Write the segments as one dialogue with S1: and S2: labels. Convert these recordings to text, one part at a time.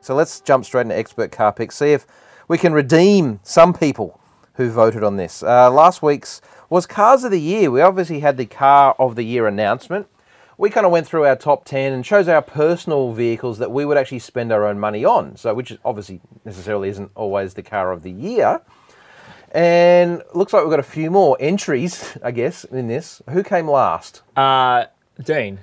S1: So let's jump straight into expert car picks, see if we can redeem some people who voted on this. Uh, last week's was Cars of the Year. We obviously had the Car of the Year announcement. We kind of went through our top 10 and chose our personal vehicles that we would actually spend our own money on. So, which is- obviously necessarily isn't always the Car of the Year. And looks like we've got a few more entries, I guess, in this. Who came last?
S2: Uh, Dean,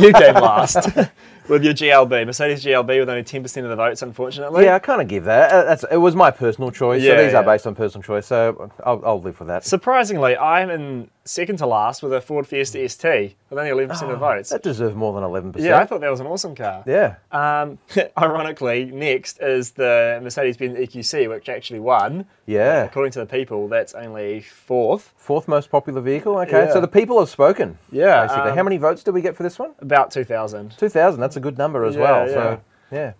S2: you came last with your GLB, Mercedes GLB, with only 10% of the votes, unfortunately.
S1: yeah, I kind of give that. Uh, That's, it was my personal choice. so
S2: Yeah,
S1: these are
S2: yeah.
S1: based on personal choice. So I'll, I'll live with that.
S2: Surprisingly, I'm in second to last with a Ford Fiesta ST with only 11% of the votes.
S1: that deserved more than 11%.
S2: Yeah, I thought that was an awesome car.
S1: Ah, Yeah.
S2: Um, ironically, next is the Mercedes-Benz EQC, which actually won.
S1: Yeah.
S2: According to the people, that's only fourth.
S1: Fourth most popular vehicle. Okay, so
S2: Yeah.
S1: the people have spoken.
S2: Yeah,
S1: Basically,
S2: um,
S1: how many votes did we get for this one?
S2: About 2,000.
S1: Two thousand. That's a good number as
S2: Yeah,
S1: well.
S2: yeah.
S1: So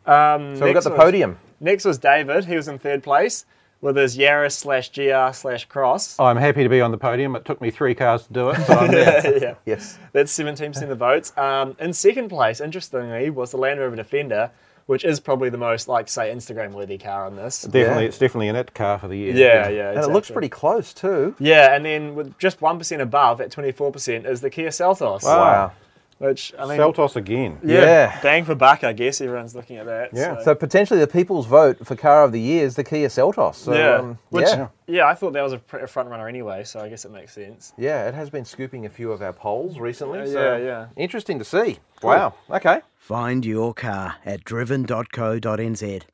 S1: yeah.
S2: Um,
S1: so we got
S2: next
S1: the
S2: was-
S1: podium.
S2: Next was David. He was in third place with his Yaris slash GR slash Cross.
S3: I'm happy to be on the podium. It took me three cars to do it, so I'm
S1: Oh.
S3: there.
S2: yeah.
S1: Yes.
S2: That's 17% of the votes. Um, in second place, interestingly, was the Land Rover Defender, which is probably the most, like, say, Instagram-worthy car on this.
S3: Definitely,
S1: Yeah.
S3: it's definitely an it car for the year.
S2: yeah, yeah.
S1: And it looks
S2: exactly.
S1: pretty close too.
S2: Yeah, and then with just 1% above at 24% is the Kia Seltos.
S3: Wow.
S2: Which, I mean,
S3: Seltos again.
S2: yeah,
S1: Yeah.
S2: bang for buck, I guess everyone's looking at that.
S3: Yeah.
S2: so-
S1: So potentially the people's vote for car of the year is the Kia Seltos. So,
S2: yeah.
S1: um,
S2: Which,
S1: yeah.
S2: yeah. I thought that was a, pr- a front runner anyway, so I guess it makes sense.
S1: Yeah, it has been scooping a few of our polls recently.
S2: Yeah,
S1: so
S2: Uh, yeah, yeah.
S1: Interesting to see. Wow. Okay.
S4: Find your car at driven.co.nz.